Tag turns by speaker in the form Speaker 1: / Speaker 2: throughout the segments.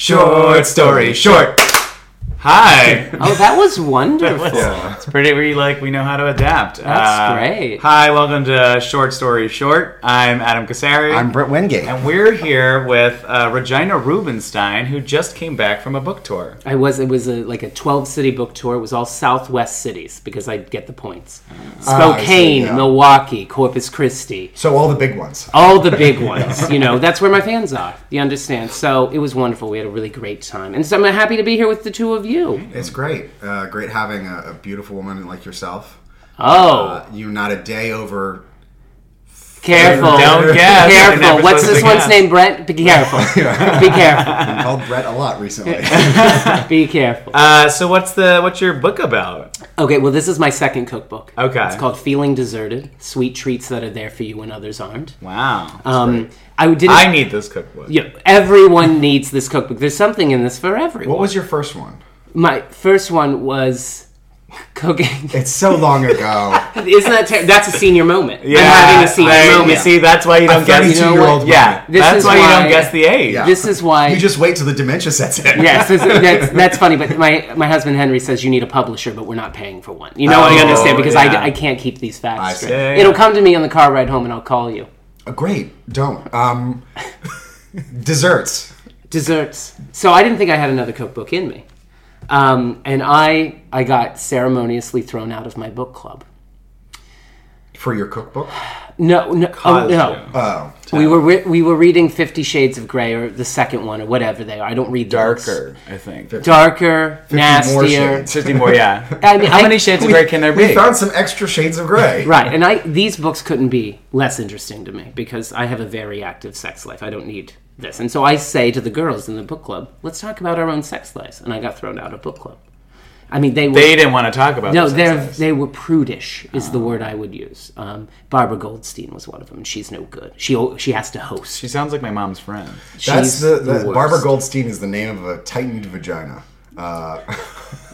Speaker 1: Short story short. Hi.
Speaker 2: Oh, that was wonderful.
Speaker 1: It's pretty. We like we know how to adapt. Uh,
Speaker 2: That's great.
Speaker 1: Hi, welcome to Short Story Short. I'm Adam Kasari.
Speaker 3: I'm Brett Wingate.
Speaker 1: and we're here with uh, Regina Rubenstein, who just came back from a book tour.
Speaker 2: I was it was a, like a 12 city book tour. It was all Southwest cities because I get the points. Spokane,
Speaker 3: yeah.
Speaker 2: Milwaukee, Corpus Christi,
Speaker 3: So all the big ones.
Speaker 2: all the big ones. You know, that's where my fans are. You understand? So it was wonderful. We had a really great time, and so I'm happy to be here with the two of you.
Speaker 3: It's great. Uh, great having a, a beautiful woman like yourself.
Speaker 2: Oh,
Speaker 3: Uh, you not a day over.
Speaker 2: careful!
Speaker 1: Don't guess. You're never
Speaker 2: Careful. What's
Speaker 1: supposed
Speaker 2: this
Speaker 1: to
Speaker 2: one's
Speaker 1: guess.
Speaker 2: name? Brett. Be careful. Be careful.
Speaker 3: I've called Brett a lot recently.
Speaker 2: Be careful.
Speaker 1: Uh, so what's the what's your book about?
Speaker 2: Okay, well, this is my second cookbook.
Speaker 1: Okay.
Speaker 2: It's called Feeling Deserted Sweet Treats That Are There for You When Others Aren't.
Speaker 1: Wow.
Speaker 2: Um, I didn't.
Speaker 1: I need this cookbook.
Speaker 2: yeah, everyone needs this cookbook. There's something in this for everyone.
Speaker 3: what was your first one?
Speaker 2: My first one was cooking.
Speaker 3: It's so long ago.
Speaker 2: Isn't that ter- that's a senior moment?
Speaker 1: Yeah,
Speaker 2: I'm having a senior
Speaker 1: there-
Speaker 2: moment.
Speaker 1: You see, that's why you don't guess.
Speaker 3: 32 year old
Speaker 1: Yeah,
Speaker 2: This
Speaker 1: that's
Speaker 2: is
Speaker 1: why, you
Speaker 2: why-
Speaker 1: don't guess the age.
Speaker 3: Yeah.
Speaker 2: This is why.
Speaker 3: You just wait till the dementia sets in.
Speaker 2: yes, this- that's, that's funny. But my, my husband Henry says you need a publisher, but we're not paying for one. You know what I
Speaker 1: Oh,
Speaker 2: understand because
Speaker 1: yeah.
Speaker 2: I, I can't keep these facts
Speaker 3: I
Speaker 2: straight.
Speaker 3: see.
Speaker 1: Yeah, yeah,
Speaker 2: It'll
Speaker 1: yeah.
Speaker 2: come to me on the car ride home, and I'll call you.
Speaker 3: Uh, Great. Don't. Um, desserts.
Speaker 2: desserts. So I didn't think I had another cookbook in me, um, and I I got ceremoniously thrown out of my book club.
Speaker 3: For your cookbook?
Speaker 2: No, no, oh,
Speaker 1: Cosmo.
Speaker 2: no.
Speaker 3: Oh.
Speaker 2: We were re- we were reading Fifty Shades of Grey or the second one or whatever they are. I don't read the books.
Speaker 1: darker, I think.
Speaker 2: darker,
Speaker 3: more
Speaker 2: nastier.
Speaker 3: shades.
Speaker 1: Fifty more. Yeah.
Speaker 2: I mean,
Speaker 1: How
Speaker 2: I-
Speaker 1: many shades of gray can there be?
Speaker 3: We found some extra shades of gray.
Speaker 2: Right, and I these books couldn't be less interesting to me because I have a very active sex life. I don't need this, and so I say to the girls in the book club, "Let's talk about our own sex lives." And I got thrown out of book club. I mean, they were,
Speaker 1: they didn't want to talk about.
Speaker 2: No,
Speaker 1: this
Speaker 2: they
Speaker 1: exercise.
Speaker 2: they were prudish is the word I would use. Um, Barbara Goldstein was one of them. and She's no good. She o- she has to host.
Speaker 1: She sounds like my mom's friend.
Speaker 3: That's
Speaker 2: She's
Speaker 3: the, the,
Speaker 2: worst.
Speaker 3: Barbara Goldstein is the name of a tightened vagina. Uh,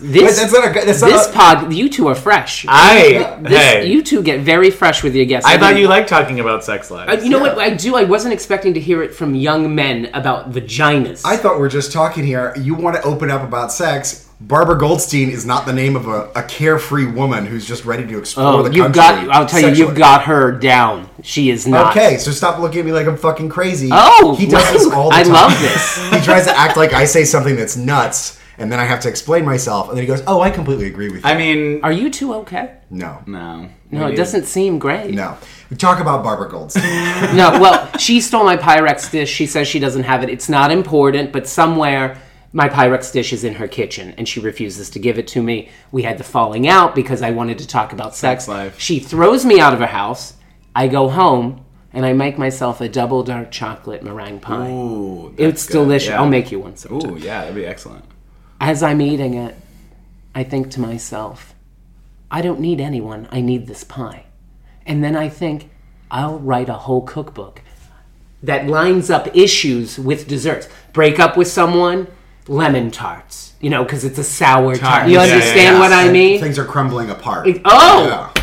Speaker 2: This
Speaker 3: that's not a. That's not
Speaker 2: this
Speaker 3: a,
Speaker 2: pod. You two are fresh.
Speaker 1: I
Speaker 2: This-
Speaker 1: hey,
Speaker 2: You two get very fresh with your guests.
Speaker 1: I thought
Speaker 2: mean,
Speaker 1: you liked talking about sex life.
Speaker 2: You know what I do? I wasn't expecting to hear it from young men about vaginas.
Speaker 3: I thought we are just talking here. You want to open up about sex. Barbara Goldstein is not the name of a, a carefree woman who's just ready to explore
Speaker 2: oh,
Speaker 3: the
Speaker 2: you've
Speaker 3: country.
Speaker 2: got. I'll tell you,
Speaker 3: sexually.
Speaker 2: you've got her down. She is not
Speaker 3: Okay, so stop looking at me like I'm fucking crazy.
Speaker 2: Oh,
Speaker 3: he does this all the
Speaker 2: I
Speaker 3: time.
Speaker 2: love this.
Speaker 3: he tries to act like I say something that's nuts, and then I have to explain myself, and then he goes, "Oh, I completely agree with you."
Speaker 1: I mean,
Speaker 2: Are you two okay?
Speaker 3: no,
Speaker 1: no,
Speaker 2: No, it doesn't seem great.
Speaker 3: no. We talk about Barbara Goldstein.
Speaker 2: No, well, she stole my Pyrex dish. She says she doesn't have it. It's not important, but somewhere my Pyrex dish is in her kitchen and she refuses to give it to me. We had the falling out because I wanted to talk about sex.
Speaker 1: life.
Speaker 2: She throws me out of her house. I go home and I make myself a double dark chocolate meringue pie.
Speaker 1: Ooh, that's
Speaker 2: it's
Speaker 1: good,
Speaker 2: delicious.
Speaker 1: yeah.
Speaker 2: I'll make you one sometime.
Speaker 1: Ooh, yeah, that'd be excellent.
Speaker 2: As I'm eating it, I think to myself, I don't need anyone. I need this pie. And then I think, I'll write a whole cookbook that lines up issues with desserts. Break up with someone, lemon tarts. You know, because it's a sour tart.
Speaker 1: Tarts,
Speaker 2: You
Speaker 1: yeah,
Speaker 2: understand
Speaker 1: yeah, yeah.
Speaker 2: what I mean?
Speaker 3: Things are crumbling apart.
Speaker 2: oh!
Speaker 3: Yeah.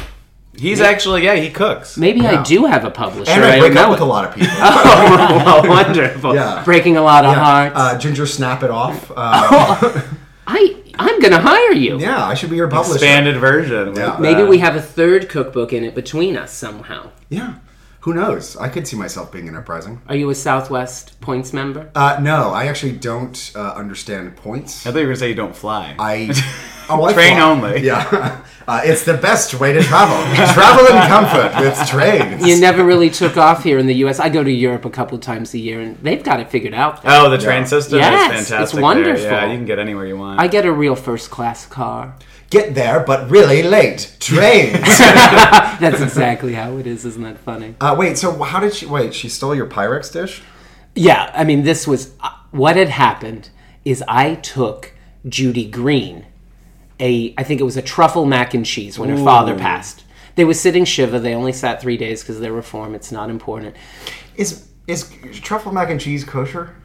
Speaker 1: He's actually, yeah, he cooks.
Speaker 2: Maybe I
Speaker 3: Yeah.
Speaker 2: do have a publisher.
Speaker 3: and
Speaker 2: I
Speaker 3: I
Speaker 2: don't
Speaker 3: break
Speaker 2: know
Speaker 3: up with
Speaker 2: it.
Speaker 3: a lot of people.
Speaker 2: oh, wonderful.
Speaker 3: Yeah.
Speaker 2: Breaking a lot of hearts.
Speaker 3: Uh, Ginger, snap it off. Uh,
Speaker 2: I, I'm going to hire you.
Speaker 3: yeah, I should be your publisher.
Speaker 1: Expanded version. with,
Speaker 3: Yeah.
Speaker 1: uh,
Speaker 2: Maybe we have a third cookbook in it between us somehow.
Speaker 3: Yeah. Who knows? I could see myself being enterprising.
Speaker 2: Are you a Southwest points member?
Speaker 3: Uh, no, I actually don't uh, understand points.
Speaker 1: I thought you were gonna say you don't fly.
Speaker 3: I oh, I
Speaker 1: Train
Speaker 3: fly.
Speaker 1: only.
Speaker 3: Yeah, uh, it's the best way to travel. travel in comfort with trains.
Speaker 2: You never really took off here in the U.S. I go to Europe a couple times a year, and they've got it figured out.
Speaker 1: oh, the train system
Speaker 2: Yes,
Speaker 1: is
Speaker 2: it's
Speaker 1: fantastic. there.
Speaker 2: wonderful.
Speaker 1: Yeah, you can get anywhere you want.
Speaker 2: I get a real first class car.
Speaker 3: Get there, but really late. Trains.
Speaker 2: That's exactly how it is. Isn't that funny?
Speaker 3: uh, wait. So how did she? Wait, she stole your Pyrex dish.
Speaker 2: Yeah, I mean, this was uh, what had happened. Is I took Judy Green, a I think it was a truffle mac and cheese when her father passed. They were sitting shiva. They only sat three days because they're reform. It's not important.
Speaker 3: Is is truffle mac and cheese kosher?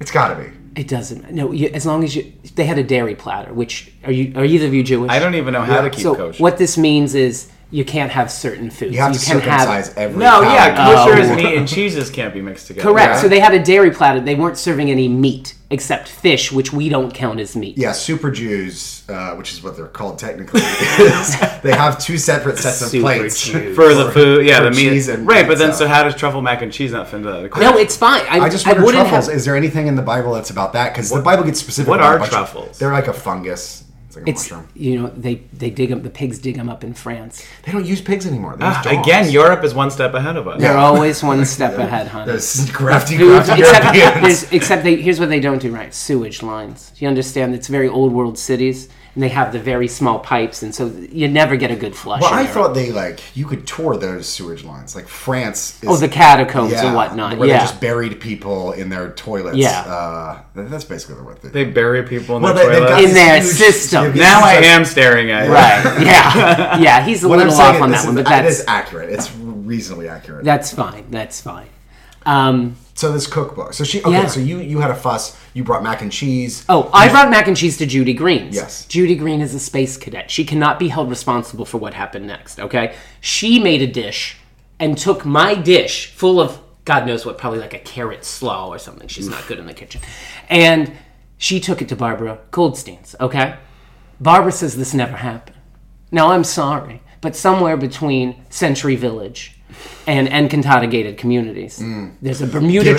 Speaker 3: It's got to be.
Speaker 2: It doesn't. No, you, as long as you. They had a dairy platter. Which are you? Are either of you Jewish?
Speaker 1: I don't even know how to keep
Speaker 2: So
Speaker 1: kosher.
Speaker 2: what this means is you can't have certain foods.
Speaker 3: You have to
Speaker 2: can have-
Speaker 3: circumcise every.
Speaker 1: No,
Speaker 3: cow.
Speaker 1: yeah, kosher
Speaker 2: Oh.
Speaker 1: is meat and cheeses can't be mixed together.
Speaker 2: Correct.
Speaker 3: Yeah.
Speaker 2: So they had a dairy platter. They weren't serving any meat, except fish, which we don't count as meat.
Speaker 3: Yeah, super Jews, uh, which is what they're called technically, is they have two separate sets of
Speaker 2: Super
Speaker 3: plates
Speaker 2: Jews.
Speaker 1: for the food, yeah,
Speaker 3: for
Speaker 1: the meat,
Speaker 3: cheese and
Speaker 1: right? But then,
Speaker 3: pizza.
Speaker 1: so how does truffle mac and cheese not fit into that equation?
Speaker 2: No, it's fine. I,
Speaker 3: I just wonder
Speaker 2: wouldn't
Speaker 3: truffles.
Speaker 2: Have,
Speaker 3: Is there anything in the Bible that's about that? Because the Bible gets specific.
Speaker 1: what
Speaker 3: about a
Speaker 1: are
Speaker 3: bunch of-
Speaker 1: truffles?
Speaker 3: they're like a fungus. It's like a
Speaker 2: it's
Speaker 3: mushroom.
Speaker 2: you know they they dig them. The pigs dig them up in France.
Speaker 3: They don't use pigs anymore. They
Speaker 2: Ah,
Speaker 3: use dogs.
Speaker 1: Ah, Again, Europe is one step ahead of us.
Speaker 2: They're always one step ahead, honey.
Speaker 3: Those crafty,
Speaker 2: Dude,
Speaker 3: crafty
Speaker 2: except,
Speaker 3: Europeans.
Speaker 2: there's- except they, here's what they don't do right sewage lines you understand it's very old world cities and they have the very small pipes and so you never get a good flush
Speaker 3: Well,
Speaker 2: in
Speaker 3: I
Speaker 2: there.
Speaker 3: thought they like you could tour those sewage lines, like France. Is,
Speaker 2: oh the catacombs and whatnot
Speaker 3: where
Speaker 2: yeah
Speaker 3: they just buried people in their toilets.
Speaker 2: Yeah.
Speaker 3: uh, that- that's basically what they.
Speaker 1: They bury people in
Speaker 3: well,
Speaker 1: the
Speaker 3: they, they've
Speaker 1: toilet.
Speaker 3: got
Speaker 2: In
Speaker 3: this
Speaker 2: their
Speaker 3: huge-
Speaker 2: system.
Speaker 3: this
Speaker 1: now
Speaker 3: is
Speaker 1: I
Speaker 3: like-
Speaker 1: am staring at you.
Speaker 2: right yeah yeah he's a
Speaker 3: What I'm
Speaker 2: little
Speaker 3: saying
Speaker 2: off on
Speaker 3: is
Speaker 2: that one
Speaker 3: this
Speaker 2: but
Speaker 3: is- it
Speaker 2: that's
Speaker 3: is accurate. It's reasonably accurate.
Speaker 2: that's fine that's fine um,
Speaker 3: So this cookbook. So she okay.
Speaker 2: Yeah.
Speaker 3: So you you had a fuss. You brought mac and cheese.
Speaker 2: Oh, I brought mac and cheese to Judy Green's.
Speaker 3: Yes.
Speaker 2: Judy Green is a space cadet. She cannot be held responsible for what happened next, okay? She made a dish and took my dish full of God knows what, probably like a carrot slaw or something. She's not good in the kitchen. And she took it to Barbara Goldstein's, okay? Barbara says this never happened. Now, I'm sorry, but somewhere between Century Village and Encantata-gated communities, there's a Bermuda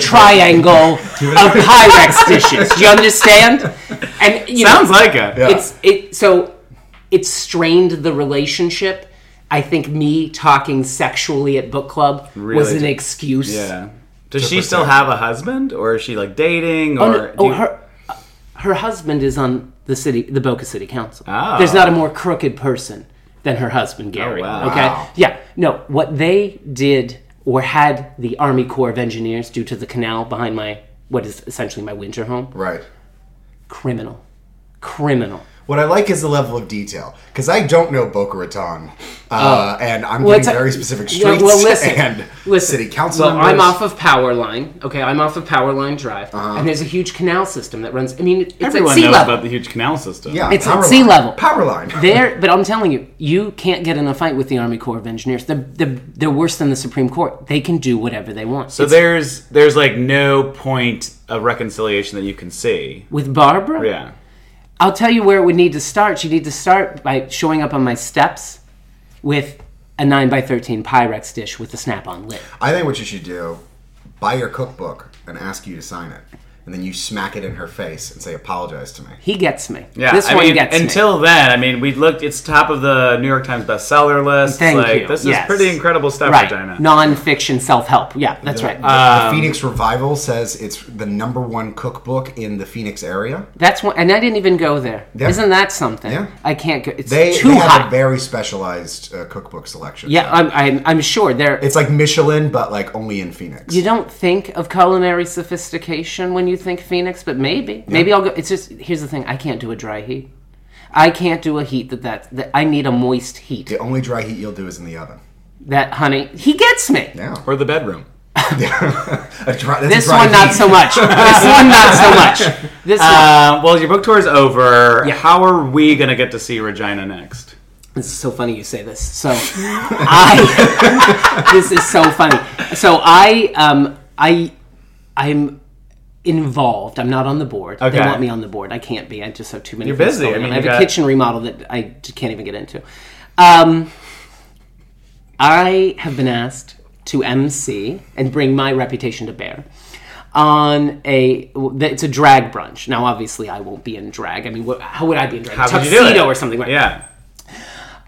Speaker 2: Triangle of Pyrex dishes. Do you understand? And you
Speaker 1: Sounds
Speaker 2: know,
Speaker 1: like uh, it.
Speaker 2: it's it. So it strained the relationship. I think me talking sexually at book club was
Speaker 1: Really
Speaker 2: an
Speaker 1: did.
Speaker 2: excuse.
Speaker 1: Yeah. Does she still have a husband, or is she like dating, or
Speaker 2: Oh, no,
Speaker 1: do
Speaker 2: oh,
Speaker 1: you-
Speaker 2: her her husband is on the city, the Boca City Council.
Speaker 1: Ah.
Speaker 2: There's not a more crooked person than her husband Gary.
Speaker 1: Oh, wow.
Speaker 2: Okay,
Speaker 3: Wow.
Speaker 2: yeah, no, what they did or had the Army Corps of Engineers do to the canal behind my what is essentially my winter home,
Speaker 3: Right.
Speaker 2: criminal, criminal.
Speaker 3: What I like is the level of detail because I don't know Boca Raton, uh, and I'm
Speaker 2: Oh. Well,
Speaker 3: getting
Speaker 2: it's a-
Speaker 3: very specific
Speaker 2: Yeah,
Speaker 3: streets
Speaker 2: well, listen,
Speaker 3: and
Speaker 2: listen.
Speaker 3: city council
Speaker 2: well,
Speaker 3: members.
Speaker 2: I'm off of Power Line. Okay, I'm off of Power Line Drive, and there's a huge canal system that runs. I mean, it's
Speaker 1: Uh-huh. Everyone
Speaker 2: at sea
Speaker 1: knows
Speaker 2: level.
Speaker 1: about the huge canal system.
Speaker 3: Yeah,
Speaker 2: It's at
Speaker 3: power
Speaker 2: sea
Speaker 3: line.
Speaker 2: level.
Speaker 3: Power line.
Speaker 2: They're, but I'm telling you, you can't get in a fight with the Army Corps of Engineers. They're, they're, they're worse than the Supreme Court. They can do whatever they want.
Speaker 1: So there's there's like no point of reconciliation that you can see.
Speaker 2: with Barbara,
Speaker 1: Yeah.
Speaker 2: I'll tell you where it would need to start. She'd need to start by showing up on my steps with a 9 by 13 Pyrex dish with a snap on lid.
Speaker 3: I think what you should do: buy your cookbook and ask you to sign it, and then you smack it in her face and say, "Apologize to me."
Speaker 2: He gets me.
Speaker 1: Yeah,
Speaker 2: this
Speaker 1: I
Speaker 2: one
Speaker 1: mean,
Speaker 2: gets me.
Speaker 1: until then, I mean, we looked. It's top of the New York Times bestseller list.
Speaker 2: Thank
Speaker 1: like,
Speaker 2: you.
Speaker 1: This
Speaker 2: Yes.
Speaker 1: is pretty incredible stuff,
Speaker 2: Right.
Speaker 1: Regina.
Speaker 2: Non-fiction self-help. Yeah, that's right. Um,
Speaker 3: the Phoenix Revival says it's the number one cookbook in the Phoenix area.
Speaker 2: that's one, and I didn't even go there.
Speaker 3: Yeah.
Speaker 2: not that something?
Speaker 3: Yeah.
Speaker 2: I can't go. It's
Speaker 3: They,
Speaker 2: too
Speaker 3: they have
Speaker 2: hot.
Speaker 3: a very specialized uh, cookbook selection.
Speaker 2: yeah, I'm, I'm, I'm sure there.
Speaker 3: It's like Michelin, but like only in Phoenix.
Speaker 2: You don't think of culinary sophistication when you think Phoenix, but maybe, maybe I'll go. It's just here's the thing: I can't do a dry heat. I can't do a heat that that, that I need a moist heat.
Speaker 3: the only dry heat you'll do is in the oven.
Speaker 2: That honey, he gets me.
Speaker 3: Yeah.
Speaker 1: or the bedroom.
Speaker 3: A dry, that's a
Speaker 2: This
Speaker 3: dry
Speaker 2: one not
Speaker 3: heat.
Speaker 2: so much. this one not so much. This one.
Speaker 1: Um, well, your book tour is over. How are we gonna get to see Regina next?
Speaker 2: This is so funny you say this. So I this is so funny. So I um I I'm involved. I'm not on the board. They
Speaker 1: Okay.
Speaker 2: want me on the board. I can't be. I just have too many. You're
Speaker 1: busy. I mean,
Speaker 2: I have
Speaker 1: you
Speaker 2: a
Speaker 1: got-
Speaker 2: kitchen remodel that I just can't even get into. Um, I have been asked to MC and bring my reputation to bear on a it's a drag brunch. Now, obviously, I won't be in drag. I mean, what, how would I be in drag?
Speaker 1: How would you
Speaker 2: Tuxedo
Speaker 1: do it?
Speaker 2: or something, right?
Speaker 1: Yeah.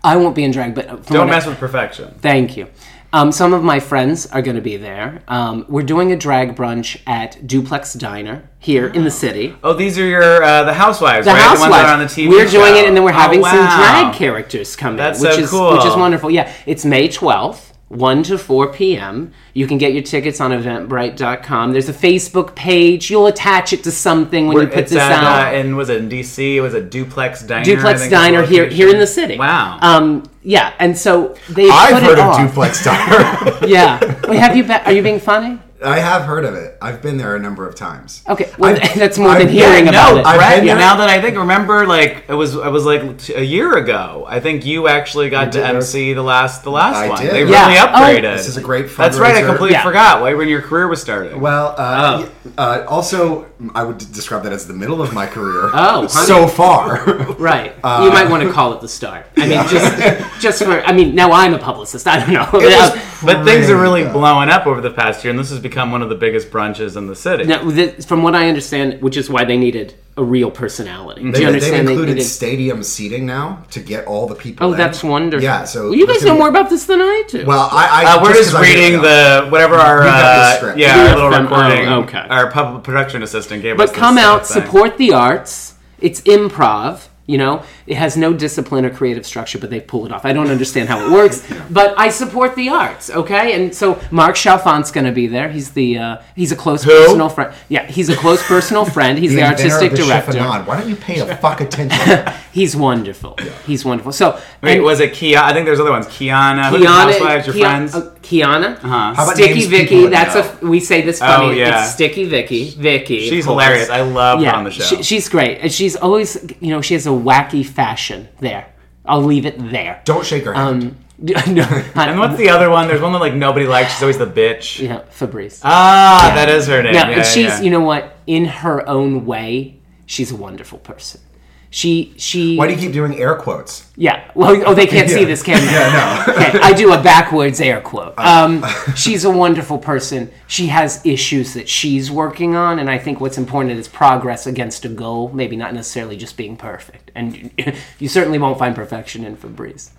Speaker 2: I won't be in drag, but from
Speaker 1: Don't
Speaker 2: what I-
Speaker 1: mess with perfection.
Speaker 2: Thank you. Um, some of my friends are going to be there. Um, we're doing a drag brunch at Duplex Diner here in the city.
Speaker 1: Oh, these are your uh, the housewives,
Speaker 2: The
Speaker 1: right?
Speaker 2: housewives.
Speaker 1: The ones that are on the TV.
Speaker 2: we're doing
Speaker 1: show.
Speaker 2: it, and then we're
Speaker 1: Oh,
Speaker 2: having some
Speaker 1: wow.
Speaker 2: drag characters come
Speaker 1: That's
Speaker 2: in, which
Speaker 1: so
Speaker 2: is
Speaker 1: cool.
Speaker 2: which is wonderful. Yeah, it's May twelfth. 1 to 4 p.m. You can get your tickets on eventbrite.com. There's a Facebook page. You'll attach it to something when you put
Speaker 1: it's
Speaker 2: this
Speaker 1: at,
Speaker 2: out.
Speaker 1: uh, and was it in DC? It was a duplex diner. I
Speaker 2: Duplex
Speaker 1: think is the
Speaker 2: Diner here here in the
Speaker 1: location.
Speaker 2: city.
Speaker 1: Wow.
Speaker 2: Um, yeah, and so they
Speaker 3: I've
Speaker 2: put
Speaker 3: heard
Speaker 2: it
Speaker 3: of
Speaker 2: off.
Speaker 3: duplex diner.
Speaker 2: Yeah. Wait, have you been, are you being funny?
Speaker 3: I have heard of it. I've been there a number of times.
Speaker 2: Okay, well,
Speaker 3: I've-
Speaker 2: that's more than
Speaker 3: I've-
Speaker 2: hearing
Speaker 3: yeah,
Speaker 2: about
Speaker 1: no,
Speaker 2: it.
Speaker 3: I've
Speaker 1: Brett.
Speaker 3: been there.
Speaker 1: Now that I think, remember, like it was, it was like t- a year ago. I think you actually got to
Speaker 3: did.
Speaker 1: MC the last, the last
Speaker 3: I
Speaker 1: one.
Speaker 3: did.
Speaker 1: They
Speaker 3: Yeah.
Speaker 1: really
Speaker 2: Oh.
Speaker 1: upgraded.
Speaker 3: This is a great
Speaker 1: That's right. I
Speaker 3: fundraiser.
Speaker 1: completely
Speaker 2: Yeah.
Speaker 1: forgot. Why when your career was starting?
Speaker 3: Well,
Speaker 2: Oh.
Speaker 3: uh, uh, also, I would describe that as the middle of my career.
Speaker 2: Oh, honey.
Speaker 3: so far.
Speaker 2: Right.
Speaker 3: uh,
Speaker 2: you might want to call it the start. I mean, just just for. I mean, now I'm a publicist. I don't know.
Speaker 3: was-
Speaker 1: but things are really
Speaker 3: Yeah.
Speaker 1: blowing up over the past year, and this has become one of the biggest brunches in the city.
Speaker 2: Now, th- from what I understand, which is why they needed a real personality. Do
Speaker 3: Mm-hmm. They,
Speaker 2: you
Speaker 3: have
Speaker 2: understand?
Speaker 3: included
Speaker 2: needed-
Speaker 3: stadium seating now to get all the people.
Speaker 2: oh,
Speaker 3: in.
Speaker 2: that's wonderful.
Speaker 3: Yeah, so
Speaker 2: Well, you guys
Speaker 3: because-
Speaker 2: know more about this than I do.
Speaker 3: Well, I, I
Speaker 1: Uh, we're just,
Speaker 3: 'cause I'm-
Speaker 1: reading the whatever our
Speaker 3: You got your
Speaker 1: uh,
Speaker 3: script.
Speaker 1: yeah
Speaker 2: You
Speaker 1: our
Speaker 2: got
Speaker 1: little
Speaker 2: them.
Speaker 1: recording.
Speaker 2: Oh, okay.
Speaker 1: Our pub- production assistant gave us.
Speaker 2: but
Speaker 1: this
Speaker 2: come
Speaker 1: little
Speaker 2: out,
Speaker 1: thing.
Speaker 2: support the arts. It's improv. You know, it has no discipline or creative structure, but they pull it off. I don't understand how it works, but I support the arts. Okay, and so Mark Chalfont's going to be there. He's the uh, he's a close personal friend. Yeah, he's a close personal friend. He's the,
Speaker 3: inventor of
Speaker 2: artistic
Speaker 3: the
Speaker 2: director.
Speaker 3: chiffonade. Why don't you pay a fuck attention?
Speaker 2: He's wonderful. He's wonderful. So
Speaker 1: Wait,
Speaker 2: and
Speaker 1: was it Kiana? I think there's other ones. Kiana, who the Housewives,
Speaker 2: Kiana,
Speaker 1: your
Speaker 2: Kia-
Speaker 1: friends. Uh-huh.
Speaker 2: uh, Kiana,
Speaker 3: How about
Speaker 2: Sticky
Speaker 3: names people
Speaker 2: Vicky.
Speaker 3: would
Speaker 2: That's
Speaker 3: know?
Speaker 2: a we say this funny.
Speaker 1: Oh, yeah.
Speaker 2: It's Sticky Vicky. Vicky. of
Speaker 1: She's
Speaker 2: course.
Speaker 1: hilarious. I love her on the show.
Speaker 2: she- she's great, and she's always you know she has a wacky fashion. There, I'll leave it there.
Speaker 3: Don't shake her hand.
Speaker 2: Um, no, I
Speaker 1: and what's the other one? There's one that like nobody likes. She's always the bitch.
Speaker 2: yeah, Fabrice.
Speaker 1: Ah, that is her name.
Speaker 2: No,
Speaker 1: Yeah,
Speaker 2: and she's
Speaker 1: yeah.
Speaker 2: you know what? In her own way, she's a wonderful person. She she.
Speaker 3: Why do you keep doing air quotes?
Speaker 2: Yeah. Well, oh, they can't see
Speaker 3: Yeah.
Speaker 2: this camera.
Speaker 3: Yeah, no.
Speaker 2: okay, I do a backwards air quote. Um, she's a wonderful person. She has issues that she's working on, and I think what's important is progress against a goal, maybe not necessarily just being perfect. And you, you certainly won't find perfection in Fabrice.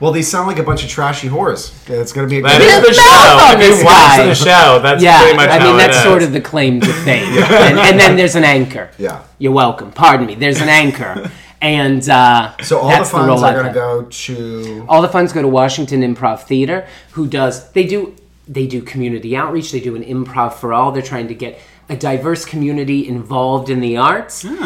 Speaker 3: Well, they sound like a bunch of trashy whores. It's gonna be a
Speaker 1: that
Speaker 3: good-
Speaker 1: is
Speaker 2: Get
Speaker 1: the
Speaker 2: a mouth
Speaker 1: show.
Speaker 2: on
Speaker 1: If
Speaker 2: this
Speaker 1: you watch
Speaker 2: guy.
Speaker 1: the show, that's
Speaker 2: Yeah,
Speaker 1: pretty much
Speaker 2: I
Speaker 1: how
Speaker 2: mean
Speaker 1: it
Speaker 2: that's
Speaker 1: is.
Speaker 2: sort of the claim to fame, and, and then there's an anchor.
Speaker 3: Yeah.
Speaker 2: you're welcome. Pardon me. There's an anchor, and uh,
Speaker 3: So all
Speaker 2: that's
Speaker 3: the funds
Speaker 2: role I
Speaker 3: are gonna
Speaker 2: play.
Speaker 3: go to.
Speaker 2: all the funds go to Washington Improv Theater, who does they do they do community outreach. They do an improv for all. They're trying to get a diverse community involved in the arts. Um,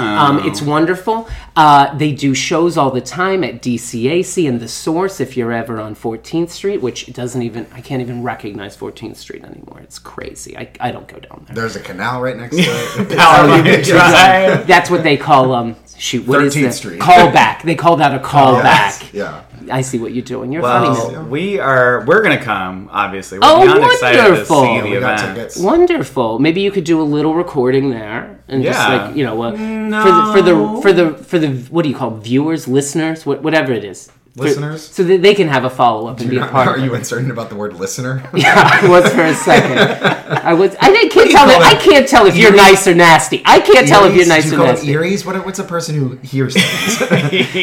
Speaker 3: Oh.
Speaker 2: it's wonderful. Uh, they do shows all the time at DCAC and the Source. If you're ever on 14th Street, which it doesn't even I can't even recognize 14th Street anymore. It's crazy. I, I don't go down there.
Speaker 3: There's a canal right next to it.
Speaker 1: Power Line Drive.
Speaker 2: That's what they call um shoot. What is
Speaker 3: 13th
Speaker 2: that?
Speaker 3: Street.
Speaker 2: Callback. They call that a callback.
Speaker 3: yeah.
Speaker 2: I see what you're doing. You're funny. Miss
Speaker 1: Well, we are. We're gonna come. Obviously, we're
Speaker 2: Oh,
Speaker 1: beyond excited to
Speaker 2: wonderful.
Speaker 1: see the
Speaker 3: We got
Speaker 1: event.
Speaker 3: tickets.
Speaker 2: Wonderful. Maybe you could do a little recording there and just
Speaker 1: Yeah.
Speaker 2: like you know, uh, for, the, for the for the for the what do you call it? viewers, listeners, what, whatever it is, For-
Speaker 3: Listeners?
Speaker 2: so that they can have a follow up and be a part.
Speaker 3: Are
Speaker 2: of it.
Speaker 3: you uncertain about the word listener?
Speaker 2: Yeah, I was for a second. I was. I didn't- can't tell.
Speaker 3: call
Speaker 2: If, I
Speaker 3: it?
Speaker 2: can't tell if you're
Speaker 3: Eerie?
Speaker 2: nice or nasty. I can't tell if you're
Speaker 3: Earies?
Speaker 2: nice
Speaker 3: Do
Speaker 2: or
Speaker 3: you call it
Speaker 2: nasty.
Speaker 3: earies? What, what's a person who hears things?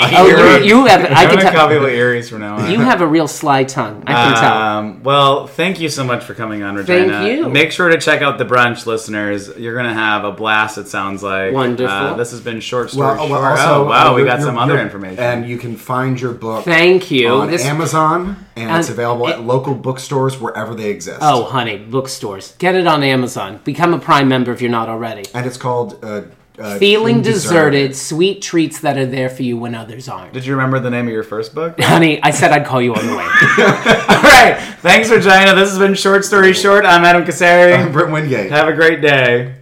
Speaker 2: Oh,
Speaker 1: Eerie.
Speaker 2: you, you have. I
Speaker 1: I'm
Speaker 2: can
Speaker 1: gonna
Speaker 2: tell.
Speaker 1: call people Aries from now on.
Speaker 2: You have a real sly tongue. I can
Speaker 3: Uh,
Speaker 2: tell.
Speaker 1: Um, well, thank you so much for coming on, Regina.
Speaker 2: Thank you.
Speaker 1: Make sure to check out the brunch, listeners. You're gonna have a blast. It sounds like
Speaker 2: Wonderful.
Speaker 1: Uh, this has been short story.
Speaker 3: Well,
Speaker 1: Short.
Speaker 3: well,
Speaker 1: oh,
Speaker 3: also,
Speaker 1: wow,
Speaker 3: uh,
Speaker 1: we
Speaker 3: your-
Speaker 1: got
Speaker 3: your-
Speaker 1: some other
Speaker 3: your-
Speaker 1: information.
Speaker 3: And you can find your book
Speaker 2: Thank you.
Speaker 3: on
Speaker 2: This.
Speaker 3: Amazon, and it's
Speaker 2: And-
Speaker 3: available at
Speaker 2: it-
Speaker 3: local bookstores wherever they exist.
Speaker 2: Oh, honey, bookstores. Get it on Amazon. Become a Prime member if you're not already.
Speaker 3: and it's called uh, uh,
Speaker 2: Feeling
Speaker 3: Teen
Speaker 2: deserted, sweet treats that are there for you when others aren't.
Speaker 1: Did you remember the name of your first book?
Speaker 2: Honey, I said I'd call you on the
Speaker 1: All
Speaker 2: way.
Speaker 1: right.
Speaker 3: Uh-huh.
Speaker 1: Thanks, Regina. This has been Short Story Short. I'm Adam Casari.
Speaker 3: Britt Wingate.
Speaker 1: Have a great day.